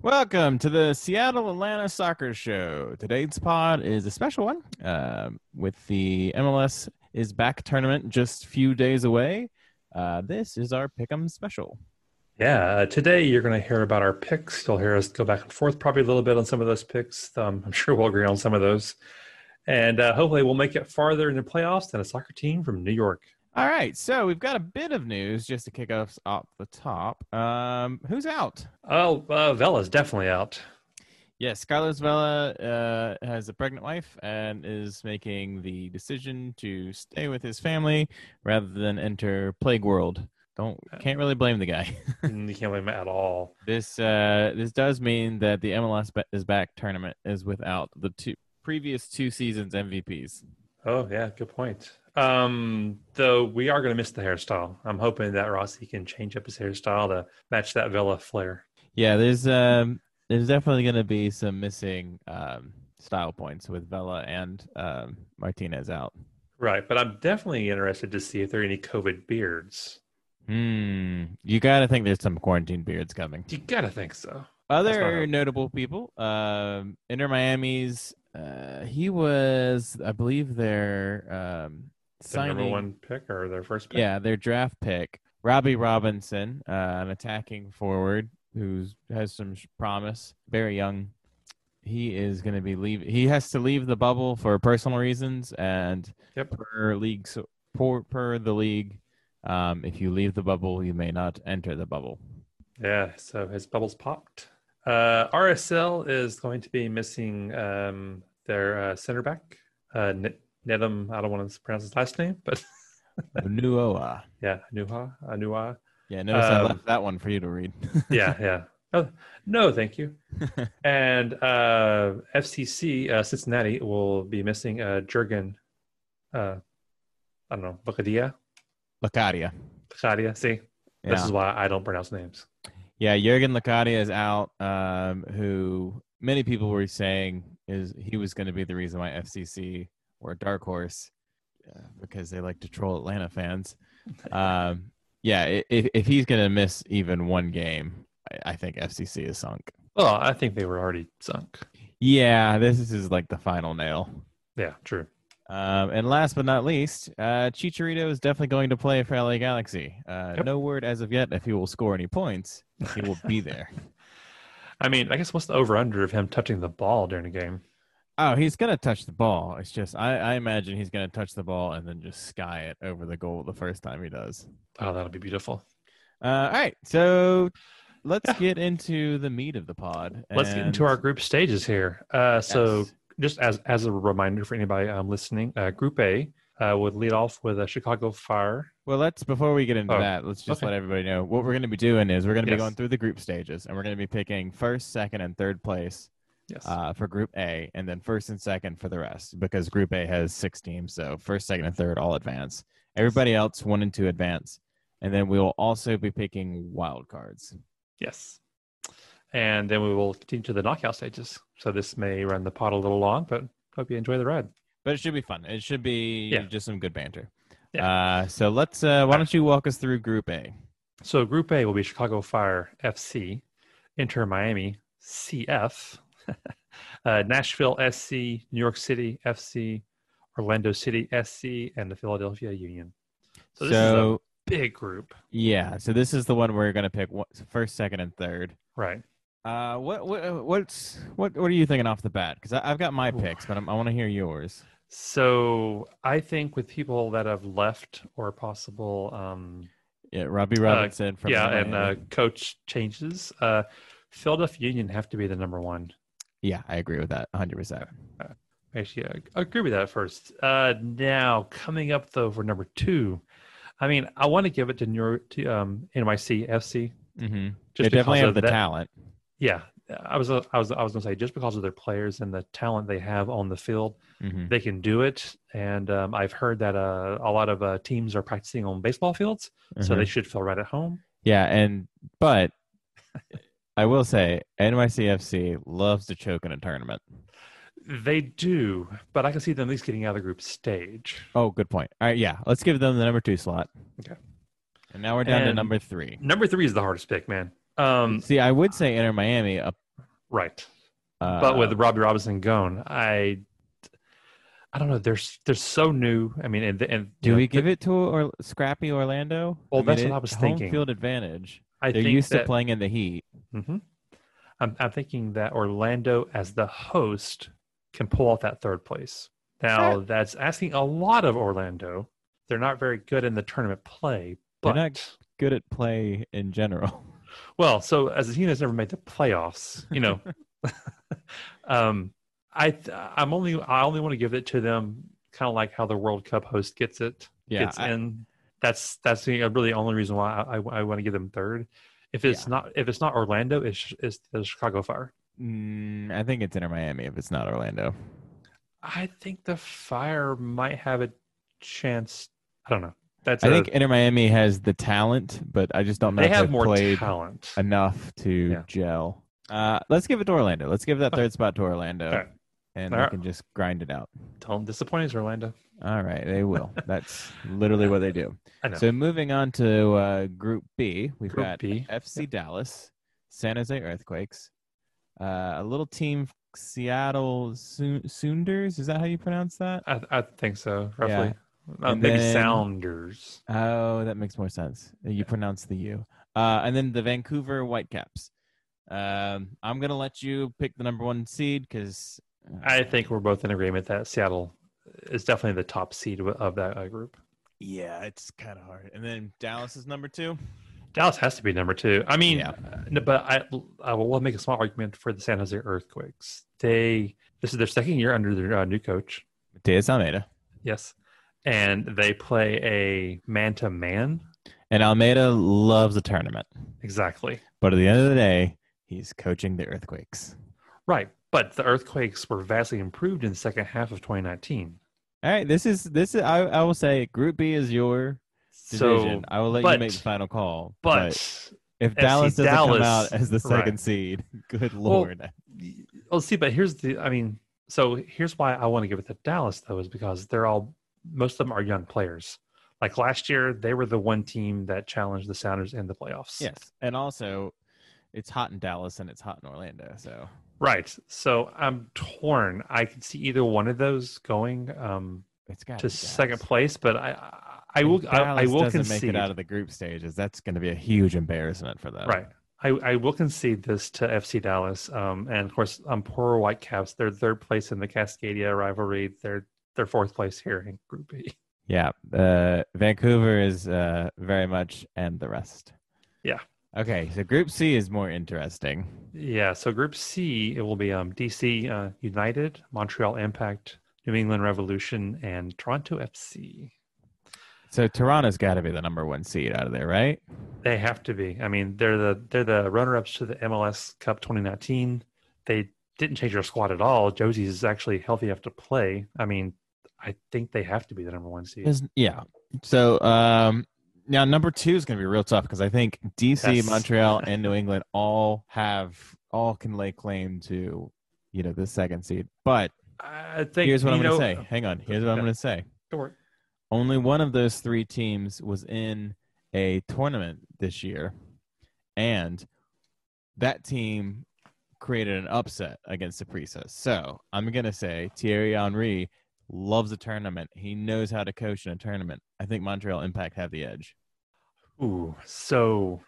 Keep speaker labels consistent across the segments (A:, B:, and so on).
A: Welcome to the Seattle Atlanta Soccer Show. Today's pod is a special one um, with the MLS is back tournament just few days away. Uh, this is our Pick'em special.
B: Yeah, uh, today you're going to hear about our picks. You'll hear us go back and forth probably a little bit on some of those picks. Um, I'm sure we'll agree on some of those. And uh, hopefully we'll make it farther in the playoffs than a soccer team from New York.
A: All right, so we've got a bit of news just to kick us off the top. Um, who's out?
B: Oh, uh, Vela's definitely out.
A: Yes, Carlos Vela uh, has a pregnant wife and is making the decision to stay with his family rather than enter Plague World. Don't can't really blame the guy.
B: you can't blame it at all.
A: this uh, this does mean that the MLS ba- is back tournament is without the two previous two seasons MVPs.
B: Oh, yeah, good point. Um, though we are going to miss the hairstyle. I'm hoping that Rossi can change up his hairstyle to match that Vela flair.
A: Yeah, there's um there's definitely going to be some missing um style points with Vela and um, Martinez out.
B: Right, but I'm definitely interested to see if there are any COVID beards.
A: Hmm, you got to think there's some quarantine beards coming.
B: You gotta think so. not
A: Other
B: helpful.
A: notable people, um, Inter Miami's. Uh, he was, I believe, their um,
B: The
A: signing.
B: number one pick or their first pick.
A: Yeah, their draft pick, Robbie Robinson, uh, an attacking forward who has some sh- promise, very young. He is going to be leave. He has to leave the bubble for personal reasons and
B: Yep.
A: per league so- per, per the league. Um, if you leave the bubble, you may not enter the bubble.
B: Yeah, so his bubbles popped. Uh, RSL is going to be missing um, their uh, center back, uh, N- Nedum. I don't want to pronounce his last name, but
A: Nuoa.
B: yeah, Anuha, Anuha.
A: Yeah, notice I
B: Um,
A: left that one for you to read.
B: Yeah, yeah. Oh, no, thank you. and uh, FCC uh, Cincinnati will be missing uh, Jurgen. Uh, I don't know, Bacadia,
A: Lacadia.
B: Bacadia. See,
A: Yeah.
B: this is why I don't pronounce names.
A: Yeah, Jurgen Lacadia is out. Um, who many people were saying is he was going to be the reason why FCC were a dark horse uh, because they like to troll Atlanta fans. Um, yeah, i- if if he's going to miss even one game, I, I think FCC is sunk.
B: Well, I think they were already sunk.
A: Yeah, this is like the final nail.
B: Yeah, true.
A: Um, and last but not least, uh, Chicharito is definitely going to play for LA Galaxy. Uh,
B: Yep.
A: No word as of yet if he will score any points. He will be there.
B: I mean, I guess what's the over under of him touching the ball during a game?
A: Oh, he's gonna touch the ball. It's just I, I imagine he's gonna touch the ball and then just sky it over the goal the first time he does.
B: Oh, that'll be beautiful.
A: Uh, all right, so let's
B: Yeah.
A: get into the meat of the pod.
B: Let's get into
A: and-
B: our group stages here. Uh, So,
A: Yes.
B: just as as a reminder for anybody um, listening, uh, Group A uh, would lead off with a Chicago Fire.
A: well, let's before we get into
B: Oh,
A: that, let's just
B: okay.
A: let everybody know what we're gonna be doing is we're gonna
B: Yes.
A: be going through the group stages and we're gonna be picking first, second, and third place
B: Yes.
A: uh, for Group A, and then first and second for the rest because Group A has six teams. So first, second, and third all advance. Everybody else one and two advance, and then we will also be picking wild cards.
B: yes. And then we will continue to the knockout stages. So this may run the pot a little long, but hope you enjoy the ride.
A: but it should be fun. It should be
B: Yeah.
A: just some good banter.
B: Yeah.
A: Uh, so let's. Uh, why don't you walk us through Group A?
B: So Group A will be Chicago Fire FC, Inter Miami CF, uh, Nashville SC, New York City FC, Orlando City SC, and the Philadelphia Union.
A: So,
B: So this is a big group,
A: yeah, so this is the one we're gonna pick one, first, second, and third.
B: right?
A: Uh, what what what's what what are you thinking off the bat? Because I've got my
B: Ooh.
A: picks, but I'm, I want to hear yours.
B: So I think with people that have left or possible, um,
A: Yeah, Robbie Robinson from
B: yeah,
A: Miami.
B: and uh, coach changes, uh, Philadelphia Union have to be the number one.
A: yeah, I agree with that 100. percent
B: Actually, I agree with that at first. Uh, now, coming up though for number two, I mean, I want to give it to, New York, to um, NYC FC.
A: Mm-hmm. They
B: Just
A: definitely
B: because
A: have
B: of
A: the
B: that-
A: talent.
B: Yeah, I was I was I was gonna say just because of their players and the talent they have on the field,
A: hmm
B: they can do it. And um, I've heard that uh, a lot of uh, teams are practicing on baseball fields, so they should feel right at home.
A: Mm-hmm. yeah, and but I will say NYCFC loves to choke in a tournament.
B: They do, but I can see them at least getting out of the group stage.
A: Oh, good point. All right, yeah, let's give them the number two slot.
B: Okay.
A: And now we're down to
B: And-
A: number three.
B: Number three is the hardest pick, man. Um,
A: See, I would say Inter Miami up
B: Right.
A: Uh,
B: but with Robbie Robinson gone, I I don't know. They're s- they're so new. I mean, and, and
A: do
B: you know,
A: we give it to or scrappy Orlando?
B: Well,
A: mean,
B: that's what
A: it-
B: I was
A: home
B: thinking.
A: Field advantage.
B: I
A: They're
B: think
A: used
B: that,
A: to playing in the heat.
B: Mhm. I'm I'm thinking that Orlando as the host can pull off that third place. Now that's asking a lot of Orlando. They're not very good in the tournament play,
A: They're
B: but
A: not- Good at play in general.
B: Well, so as a team that's never made the playoffs, you know, um, I th- I'm only I only want to give it to them, kind of like how the World Cup host gets it.
A: Yeah,
B: gets
A: I,
B: in. That's that's the, really the only reason why I, I, want to give them third. If it's not if it's not Orlando, it's it's the Chicago Fire.
A: mm, I think it's Inter Miami if it's not Orlando.
B: I think the Fire might have a chance. I don't know. That's
A: I
B: a-
A: think Inter Miami has the talent, but I just don't know
B: they
A: if
B: have
A: they've
B: more
A: played
B: talent.
A: enough to
B: Yeah.
A: gel. Uh, let's give it to Orlando. Let's give that
B: Okay.
A: third spot to Orlando,
B: Okay.
A: and
B: All
A: they
B: right.
A: can just grind it out.
B: Don't disappoint us, Orlando.
A: All right, they will. That's literally what they do.
B: I know.
A: So moving on to uh, Group B, we've
B: Group
A: got
B: B.
A: FC Dallas, San Jose Earthquakes, uh, a little team Seattle Soon- Sounders. Is that how you pronounce that?
B: I, I think so,
A: Yeah.
B: roughly. Uh,
A: And
B: maybe
A: then-
B: Sounders.
A: Oh, that makes more sense. You pronounce the U. Uh, and then the Vancouver Whitecaps. Um, I'm gonna let you pick the number one seed because
B: I think we're both in agreement that Seattle is definitely the top seed w- of that uh, group.
A: yeah, it's kind of hard. And then Dallas is number two.
B: Dallas has to be number two. I mean,
A: Yeah.
B: uh, no, but I, I will make a small argument for the San Jose Earthquakes. They this is their second year under their uh, new coach.
A: Mateus Almeida
B: Yes, and they play a man to man.
A: and Almeida loves a tournament,
B: Exactly
A: but at the end of the day, he's coaching the Earthquakes.
B: right. But the Earthquakes were vastly improved in the second half of 2019.
A: All right, this is this is I, I will say Group B is your division.
B: So,
A: I will let you
B: but-
A: make the final call.
B: but
A: if
B: FC
A: Dallas doesn't come out
B: Dallas-
A: as the second
B: right.
A: seed, good
B: Well,
A: lord.
B: Well, Oh, see, but here's the. I mean, so here's why I want to give it to Dallas though, is because they're all most of them are young players. Like last year, they were the one team that challenged the Sounders in the playoffs.
A: Yes, and also it's hot in Dallas and it's hot in Orlando. So
B: Right. So I'm torn. I could see either one of those going um,
A: it's got
B: to second place, but I I, I will I, I will
A: doesn't
B: concede
A: make it out of the group stages. That's going to be a huge embarrassment for them.
B: Right. I, I will concede this to FC Dallas. Um, and of course, um, poor Whitecaps. They're third place in the Cascadia rivalry. They're they're fourth place here in Group E. B.
A: Yeah. Uh, Vancouver is uh, very much and the rest.
B: Yeah.
A: Okay, so Group C is more interesting.
B: Yeah, so Group C, it will be um, DC uh, United, Montreal Impact, New England Revolution, and Toronto FC.
A: So Toronto's got to be the number one seed out of there, right?
B: They have to be. I mean, they're the they're the runner-ups to the MLS Cup 2019. They didn't change their squad at all. Josie's is actually healthy enough to play. I mean, I think they have to be the number one seed.
A: Is- Yeah. So um, now number two is going to be real tough because I think DC,
B: Yes.
A: Montreal, and New England all have all can lay claim to you know the second seed. But
B: I think.
A: here's what
B: you
A: I'm going to
B: know-
A: say. Hang on. Here's what I'm
B: Yeah.
A: going to say.
B: Don't worry.
A: Only one of those three teams was in a tournament this year, and that team created an upset against the Saprissa. So I'm going to say Thierry Henry loves a tournament. He knows how to coach in a tournament. I think Montreal Impact have the edge.
B: Ooh, so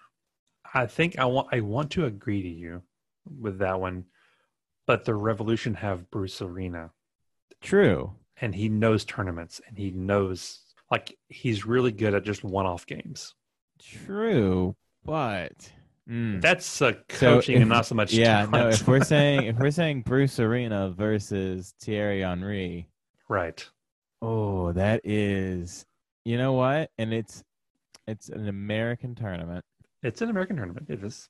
B: I think I want I want to agree to you with that one, but the Revolution have Bruce Arena,
A: True.
B: and he knows tournaments, and he knows like he's really good at just one-off games.
A: True. But mm.
B: That's uh, coaching
A: if-
B: and not so much.
A: yeah, no,
B: talent.
A: if we're saying if we're saying Bruce Arena versus Thierry Henry,
B: right,
A: Oh, that is. You know what? And it's it's an American tournament.
B: it's an American tournament. It is,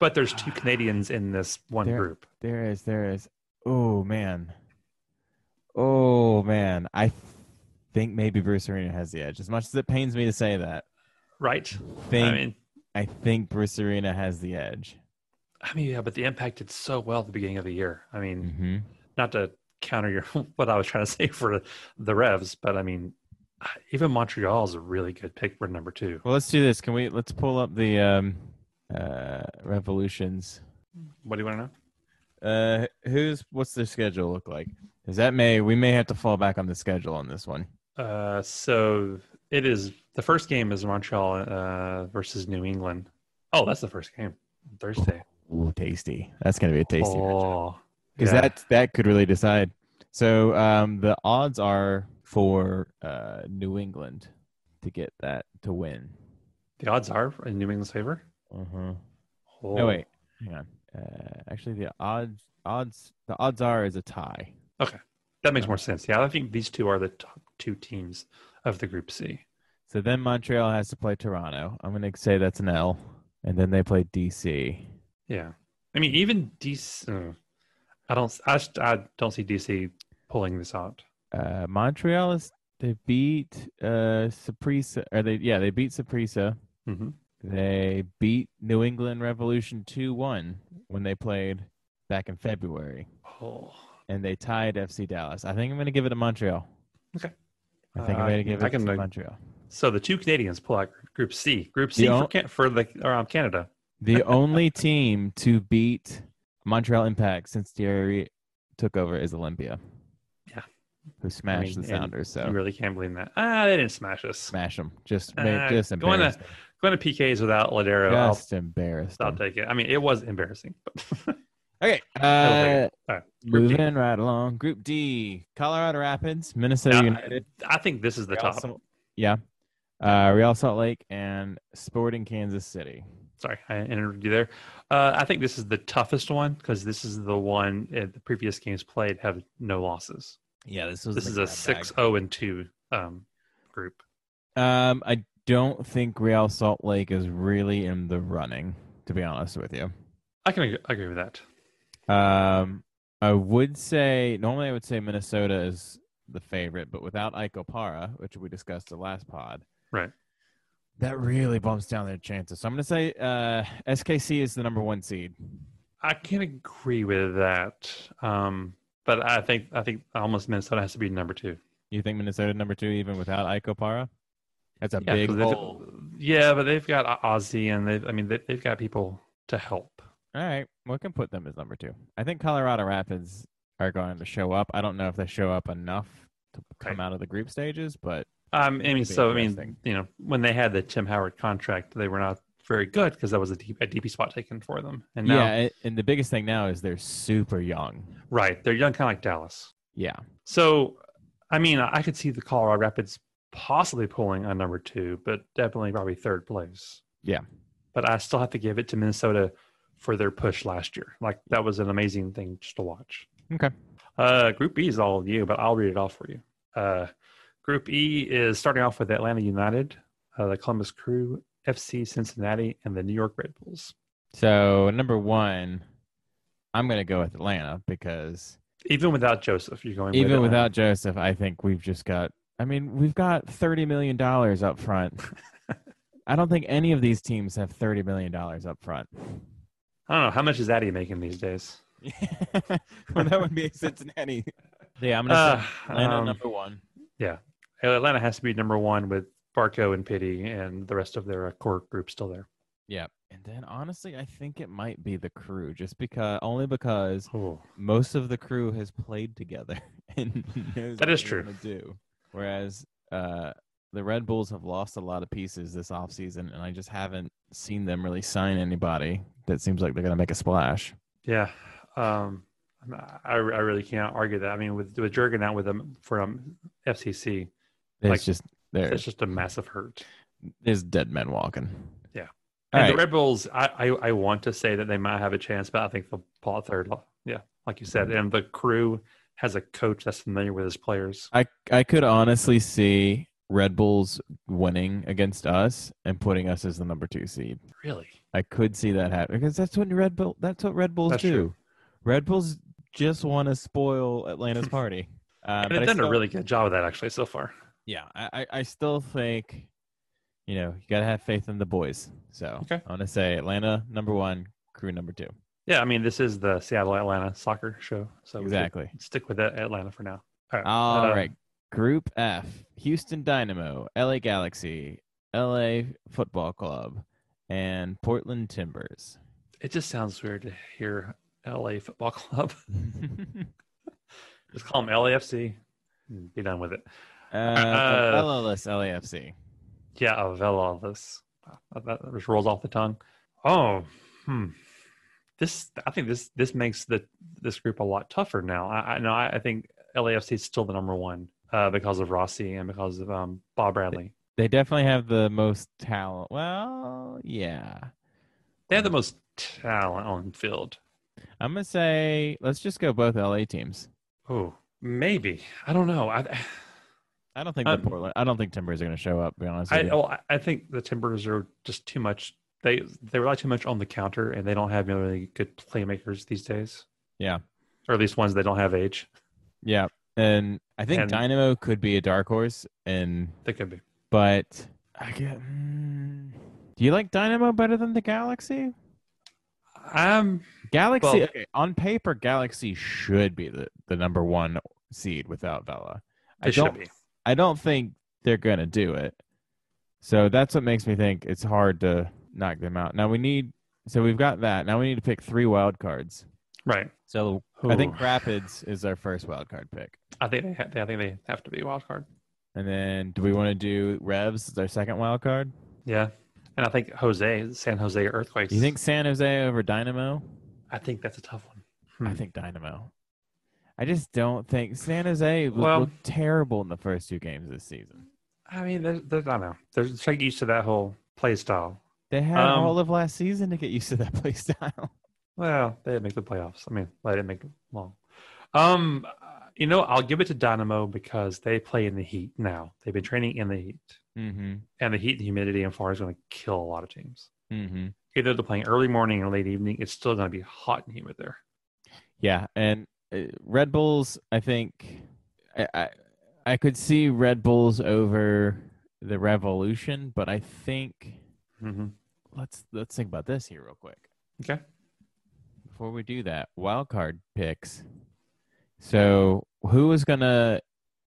B: but there's two Canadians in this one
A: Ah. There-
B: group.
A: There is there is. Oh man. Oh man. I think maybe Bruce Arena has the edge. As much as it pains me to say that,
B: Right.
A: think
B: I mean,
A: I think Bruce Arena has the edge.
B: I mean, yeah, but the impact did so well at the beginning of the year. I mean.
A: Mm-hmm.
B: not to counter your what I was trying to say for the Revs, but I mean, even Montreal is a really good pick for number two.
A: Well, let's do this. Can we? Let's pull up the um, uh, revolutions.
B: What do you want to know?
A: Uh, who's what's their schedule look like? Is that May? We may have to fall back on the schedule on this one.
B: Uh, so it is the first game is Montreal uh, versus New England. Oh, that's the first game Thursday.
A: Ooh, tasty. That's gonna be a tasty.
B: Oh,
A: because
B: yeah.
A: that that could really decide. So um, the odds are for uh, New England to get that to win.
B: the odds are in New England's favor?
A: Uh-huh.
B: Oh,
A: No wait, hang on. Uh, actually, the odds odds the odds are is a tie.
B: that makes more sense. Yeah, I think these two are the top two teams of the Group C.
A: So then Montreal has to play Toronto. I'm gonna say that's an L, and then they play DC.
B: Yeah, I mean even DC. uh, I don't. I, just- I don't see DC pulling this out.
A: Uh, Montreal is they beat uh Saprissa or they yeah they beat Saprissa.
B: hmm
A: They beat New England Revolution two one when they played back in February,
B: Oh,
A: and they tied FC Dallas. I think I'm gonna give it to Montreal.
B: Okay.
A: I think
B: Uh,
A: I'm
B: I
A: gonna
B: can-
A: give
B: I
A: it to
B: can, uh,
A: Montreal.
B: so the two Canadians pull out Group C. Group C
A: You
B: for,
A: don't-
B: Can- for the or, um, Canada.
A: The only team to beat Montreal Impact since Thierry took over is Olympia.
B: Yeah.
A: Who smashed
B: mean,
A: the
B: and
A: Sounders. So
B: You really can't believe that. Ah, they didn't smash us.
A: smash them. Just,
B: Uh,
A: ma- just
B: go on a-
A: embarrassed.
B: Going to PKs without Ladero. I'll,
A: Just embarrassed.
B: I'll
A: them.
B: take it. I mean, it was embarrassing. But
A: Okay.
B: take
A: Uh,
B: All right. Group D.
A: moving right along. Group D Colorado Rapids, Minnesota
B: Yeah,
A: United.
B: I think this is the
A: Real
B: top.
A: Salt- yeah. Uh, Real Salt Lake and Sporting Kansas City.
B: Sorry, I interrupted you there. Uh, I think this is the toughest one because this is the one uh, the previous games played have no losses.
A: Yeah, this was
B: This is a 6 0 and 2 um, group.
A: Um, I don't think Real Salt Lake is really in the running, to be honest with you.
B: I can ag- agree with that.
A: Um, I would say normally I would say Minnesota is the favorite, but without Ike Para, which we discussed the last pod,
B: Right.
A: That really bumps down their chances. So I'm going to say uh, SKC is the number one seed.
B: I can agree with that. Um, but I think I think almost Minnesota has to be number two.
A: You think Minnesota number two, even without Ike Para? That's a
B: Yeah,
A: big
B: 'cause they've-
A: hole.
B: Yeah, but they've got O- Ozzy, and they've I mean they, they've got people to help.
A: All right, we can put them as number two. I think Colorado Rapids are going to show up. I don't know if they show up enough to come
B: Right.
A: out of the group stages, but
B: Um, I mean,
A: That'd be
B: so I mean,
A: interesting.
B: you know, when they had the Tim Howard contract, they were not very good because that was a DP, a DP spot taken for them. And now,
A: yeah. a- And the biggest thing now is they're super young.
B: right, they're young, kind of like Dallas.
A: Yeah.
B: So, I mean, I could see the Colorado Rapids possibly pulling on number two, but definitely probably third place.
A: Yeah.
B: But I still have to give it to Minnesota for their push last year. Like that was an amazing thing just to watch.
A: Okay.
B: Uh, group B is all you, but I'll read it off for you. Uh, group E is starting off with Atlanta United, uh, the Columbus Crew, FC Cincinnati, and the New York Red Bulls.
A: So number one, I'm going to go with Atlanta because
B: Even without Joseph, you're going
A: even
B: with Atlanta.
A: without Joseph, I think we've just got. I mean, we've got thirty million dollars up front. I don't think any of these teams have thirty million dollars up front.
B: I don't know how much is Addy making these days.
A: well, that would be Cincinnati. Yeah, I'm going to
B: Uh,
A: say Atlanta
B: um,
A: number one.
B: Atlanta has to be number one with Barco and Pity and the rest of their uh, core group still there.
A: Yeah, and then honestly, I think it might be the crew, just because only because
B: Oh,
A: most of the crew has played together and knows
B: That
A: what
B: is
A: they
B: true.
A: wanna do. Whereas uh, the Red Bulls have lost a lot of pieces this offseason, and I just haven't seen them really sign anybody that seems like they're going to make a splash.
B: yeah. Um, I, I really can't argue that. I mean, with with Jurgen out with them um, from FCC,
A: It's
B: Like,
A: just they're
B: it's just a massive hurt.
A: there's dead men walking.
B: Yeah.
A: All
B: And
A: right.
B: the Red Bulls, I, I, I want to say that they might have a chance, but I think they'll pull out third. Yeah, like you
A: Mm-hmm.
B: said. And the crew has a coach that's familiar with his players.
A: I I could honestly see Red Bulls winning against us and putting us as the number two seed.
B: Really?
A: I could see that happen because that's what Red Bull. That's what Red Bulls
B: That's
A: do.
B: true.
A: Red Bulls just want to spoil Atlanta's party. Uh,
B: And
A: but I
B: they've done a
A: still-
B: really good job of that, actually, so far.
A: yeah. I, I- I still think, you know, you gotta have faith in the boys. So
B: Okay.
A: I want to say Atlanta number one, crew number two.
B: Yeah, I mean, this is the Seattle Atlanta soccer show. So we could
A: exactly.
B: stick with that Atlanta for now. All right.
A: All right.
B: Uh,
A: Group F: Houston Dynamo, LA Galaxy, LA Football Club, and Portland Timbers.
B: It just sounds weird to hear LA Football Club.
A: Uh,
B: Just call them LAFC.
A: Hmm.
B: and Be done with it.
A: uh,
B: Uh,
A: Cabela's LAFC.
B: Yeah, Avella. This that that just rolls off the tongue. Oh, hmm. This I think this this makes the this group a lot tougher now. I, I no, I, I think LAFC is still the number one uh, because of Rossi and because of um, Bob Bradley.
A: They definitely have the most talent. Well, yeah.
B: They have the most talent on field.
A: I'm gonna say let's just go both LA teams.
B: Oh, maybe I don't know. I
A: I don't think the
B: Um,
A: Portland. I don't think Timbers are gonna show up. To be honest,
B: I,
A: with you.
B: well, I I think the Timbers are just too much. They they rely too much on the counter, and they don't have really good playmakers these days.
A: Yeah.
B: or at least ones that don't have age.
A: yeah. And I think
B: And-
A: Dynamo could be a dark horse. And
B: They could be.
A: but I get. mm, do you like Dynamo better than the Galaxy?
B: Um,
A: Galaxy
B: Well-
A: okay, on paper, Galaxy should be the, the number one seed without Vela. I
B: they should
A: don't
B: be.
A: I don't think they're gonna do it. So that's what makes me think it's hard to knock them out. Now we need so we've got that. Now we need to pick three wild cards.
B: Right.
A: So I think
B: Ooh.
A: Rapids is our first wild card pick.
B: I think they ha- I think they have to be a wild card.
A: And then do we want to do Revs as our second wild card?
B: Yeah. And I think Jose, San Jose Earthquakes.
A: Do you think San Jose over Dynamo?
B: I think that's a tough one.
A: I
B: Hmm.
A: think Dynamo. I just don't think San Jose was
B: Well-
A: looked terrible in the first two games this season.
B: I mean, there's, there's, I don't know. There's it's like used to that whole play style.
A: They had
B: Um,
A: all of last season to get used to that play style.
B: Well, they didn't make the playoffs. I mean, they didn't make it long. Um, uh, you know, I'll give it to Dynamo because they play in the heat now. They've been training in the heat,
A: Mm-hmm.
B: and the heat and humidity in Florida is going to kill a lot of teams.
A: Mm-hmm.
B: Either they're playing early morning or late evening. It's still going to be hot and humid there.
A: Yeah, and uh, Red Bulls. I think I, I I could see Red Bulls over the Revolution, but I think
B: Mm-hmm.
A: let's let's think about this here real quick
B: Okay.
A: before we do that. Wild card picks. So who is gonna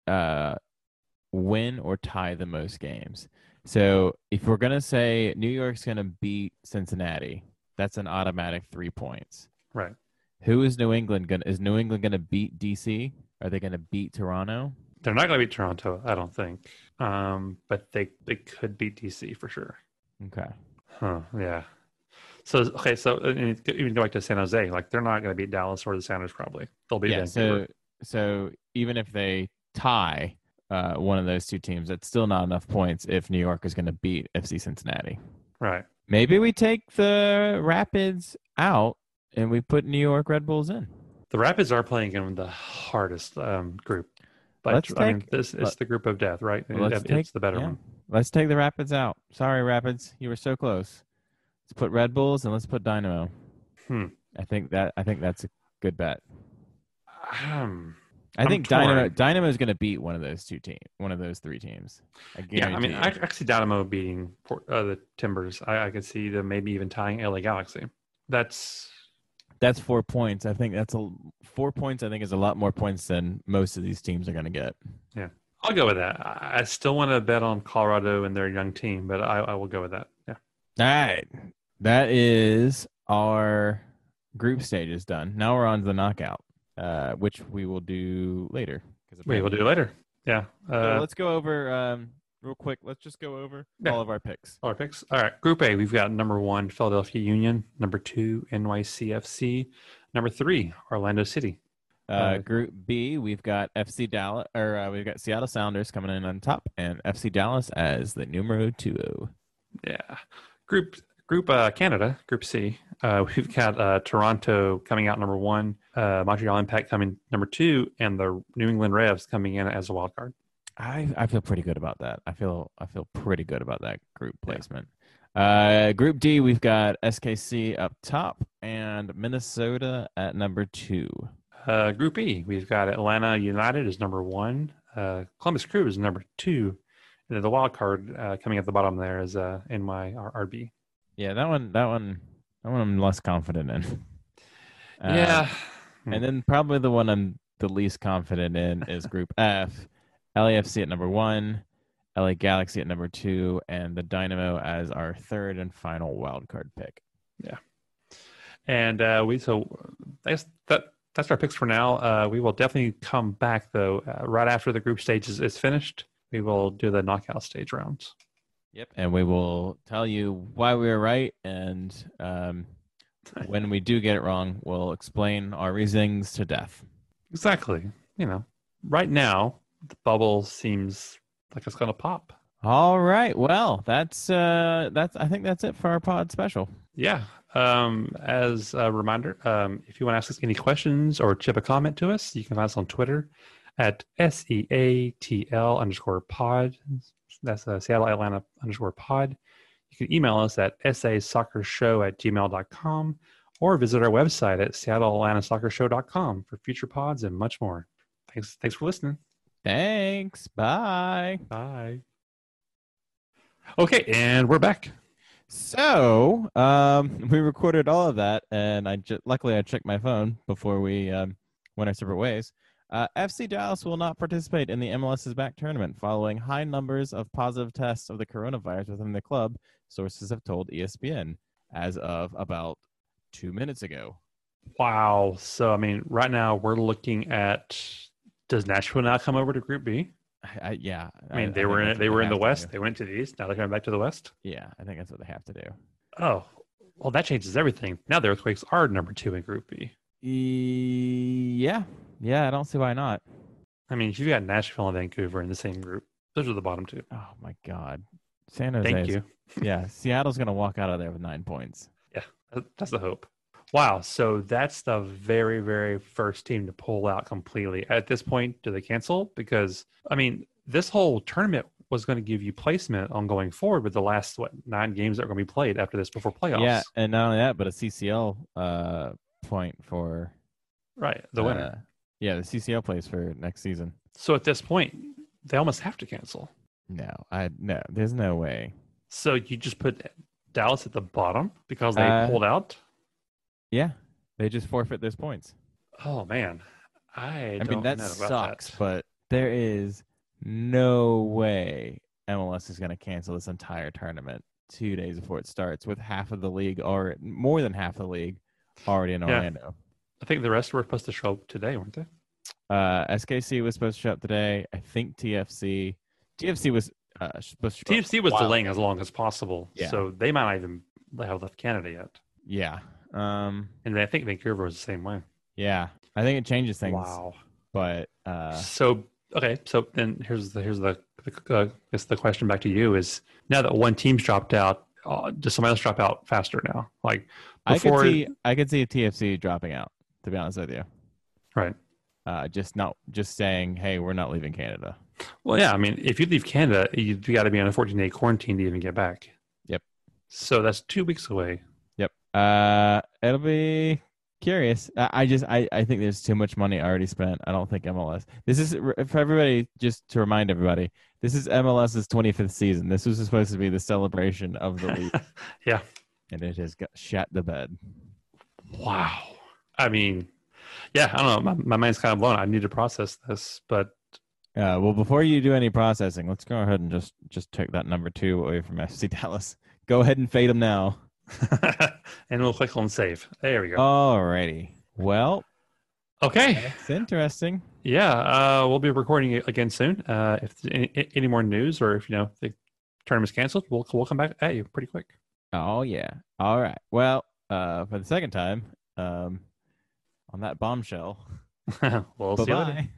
A: uh, win or tie the most games? So if we're gonna say New York's gonna beat Cincinnati, that's an automatic three points.
B: Right.
A: Who is New England gonna? Is New England gonna beat DC? Are they gonna beat Toronto?
B: They're not going to beat Toronto, I don't think. Um, but they they could beat DC for sure.
A: Okay.
B: Huh, yeah. So okay, so uh, and it could even go back to San Jose, like they're not going to beat Dallas or the Sounders probably. They'll beat
A: yeah. So
B: Vancouver.
A: so even if they tie uh, one of those two teams, that's still not enough points if New York is gonna beat FC Cincinnati.
B: Right.
A: Maybe we take the Rapids out and we put New York Red Bulls in.
B: The Rapids are playing in the hardest um, group, but
A: Let's
B: I mean
A: take-
B: this it's
A: let-
B: the group of death, right?
A: Well, let's
B: it's
A: take-
B: the better
A: yeah.
B: one.
A: Let's take the Rapids out. Sorry, Rapids, you were so close. Let's put Red Bulls and let's put Dynamo.
B: Hmm.
A: I think that I think that's a good bet.
B: Um,
A: I
B: I'm
A: think Dynamo
B: torn.
A: Dynamo is going to beat one of those two team, one of those three teams. I
B: yeah, I
A: guarantee
B: mean,
A: you.
B: I, I could see Dynamo beating Port, uh, the Timbers. I, I could see them maybe even tying LA Galaxy. That's
A: that's four points. I think that's a four points. I think is a lot more points than most of these teams are going to get.
B: I'll go with that. I I still want to bet on Colorado and their young team, but I, I will go with that. Yeah.
A: All right, that is our group stage is done. Now we're on to the knockout, uh, which we will do later. 'cause
B: We will do it later. Yeah.
A: So
B: Uh,
A: let's go over um, real quick. Let's just go over
B: Yeah.
A: all of our picks.
B: our picks. All right. Group A, we've got number one, Philadelphia Union. Number two, NYCFC. Number three, Orlando City.
A: Uh,
B: Uh,
A: group B, we've got FC Dallas, or uh, we've got Seattle Sounders coming in on top, and FC Dallas as the numero two.
B: Yeah. Group Group uh, Canada, Group C. Uh, we've got uh, Toronto coming out number one, uh, Montreal Impact coming number two, and the New England Revs coming in as a wild card.
A: I I feel pretty good about that. I feel I feel pretty good about that group
B: Yeah.
A: placement. Uh, group D, we've got SKC up top and Minnesota at number two.
B: Uh, group E, we've got Atlanta United is number one, uh, Columbus Crew is number two, and then the wild card uh, coming at the bottom there is uh, NYRB.
A: Yeah, that one, that one, that one, I'm less confident in. Uh,
B: Hmm.
A: And then probably the one I'm the least confident in is Group F. LAFC at number one, LA Galaxy at number two, and the Dynamo as our third and final wild card pick.
B: And uh, we so I guess that that's our picks for now. Uh, we will definitely come back though uh, right after the group stage is, is finished. We will do the knockout stage rounds.
A: Yep. And we will tell you why we were right. And um, when we do get it wrong, we'll explain our reasonings to death.
B: Exactly. You know, right now the bubble seems like it's going to pop.
A: All right. Well, that's uh, that's. I think that's it for our pod special.
B: Yeah. Um, as a reminder, um, if you want to ask us any questions or chip a comment to us, you can find us on Twitter at S E A T L underscore pod. That's uh, Seattle Atlanta underscore pod. You can email us at sasoccershow at gmail.com or visit our website at seattleatlantasoccershow.com for future pods and much more. Thanks, thanks for listening.
A: Thanks. Bye.
B: Bye. Okay, and we're back.
A: So um, we recorded all of that, and I ju- luckily I checked my phone before we um, went our separate ways. Uh, FC Dallas will not participate in the MLS's back tournament following high numbers of positive tests of the coronavirus within the club. Sources have told E ESPN as of about two minutes ago.
B: Wow. So, I mean, right now we're looking at does Nashville now come over to Group B?
A: I, I, yeah,
B: I mean, they
A: think
B: were in
A: that's
B: it. They
A: what
B: were in
A: have
B: the
A: to
B: West.
A: do.
B: They went to the East. Now they're coming back to the West.
A: Yeah, I think that's what they have to do.
B: Oh, well, that changes everything. Now the Earthquakes are number two in Group B.
A: E- yeah, yeah. I don't see why not.
B: I mean, if you got Nashville and Vancouver in the same group, those are the bottom two.
A: Oh my God, San Jose.
B: Thank
A: is-
B: you.
A: yeah, Seattle's gonna walk out of there with nine points.
B: That- That's the hope. Wow. So that's the very, very first team to pull out completely. At this point, do they cancel? Because, I mean, this whole tournament was going to give you placement on going forward with the last, what, nine games that are going to be played after this before playoffs.
A: Yeah, and not only that, but a CCL uh, point for
B: Right. The winner.
A: uh, yeah, the CCL plays for next season.
B: So at this point, they almost have to cancel.
A: No, I no. There's no way.
B: So you just put Dallas at the bottom because they
A: Uh,
B: pulled out.
A: Yeah, they just forfeit those points.
B: Oh man, I,
A: I,
B: don't
A: mean that
B: know about
A: sucks,
B: that.
A: but there is no way MLS is going to cancel this entire tournament two days before it starts, with half of the league or more than half the league already in
B: Yeah.
A: Orlando.
B: I think the rest were supposed to show up today, weren't they?
A: Uh, SKC was supposed to show up today. I think TFC, TFC was uh, supposed to. show up
B: TFC was
A: Wow.
B: delaying as long as possible,
A: Yeah.
B: so they might not even have left Canada yet.
A: Yeah. Um.
B: And I think Vancouver was the same way.
A: Yeah. I think it changes things.
B: Wow.
A: But uh,
B: so okay, so then here's the here's the the, uh, guess the question back to you is now that one team's dropped out, uh, does somebody else drop out faster now? Like
A: I could
B: before,
A: see I could see TFC dropping out. To be honest with you.
B: Right.
A: Uh, just not just saying, hey, we're not leaving Canada.
B: Well, yeah. I mean, if you leave Canada, you, you got to be on a 14 day quarantine to even get back.
A: Yep.
B: So that's two weeks away.
A: Yep. Uh, it'll be curious. I, I just I, I think there's too much money already spent. I don't think MLS. This is for everybody. Just to remind everybody, this is MLS's 25th season. This was supposed to be the celebration of the league,
B: yeah.
A: and it has got shat the bed.
B: Wow. I mean, yeah. I don't know. My, my mind's kind of blown. I need to process this, but
A: Uh, well, before you do any processing, let's go ahead and just just take that number two away from FC Dallas. Go ahead and fade them now.
B: and we'll click on save. There we go.
A: Alrighty. Well,
B: okay.
A: it's interesting.
B: Yeah. Uh, we'll be recording it again soon. Uh, if there's any, any more news or if you know the tournament's canceled, we'll we'll come back at you pretty quick.
A: Oh yeah. All right. Well, uh, for the second time, um, on that bombshell.
B: we'll see you later.
A: bye.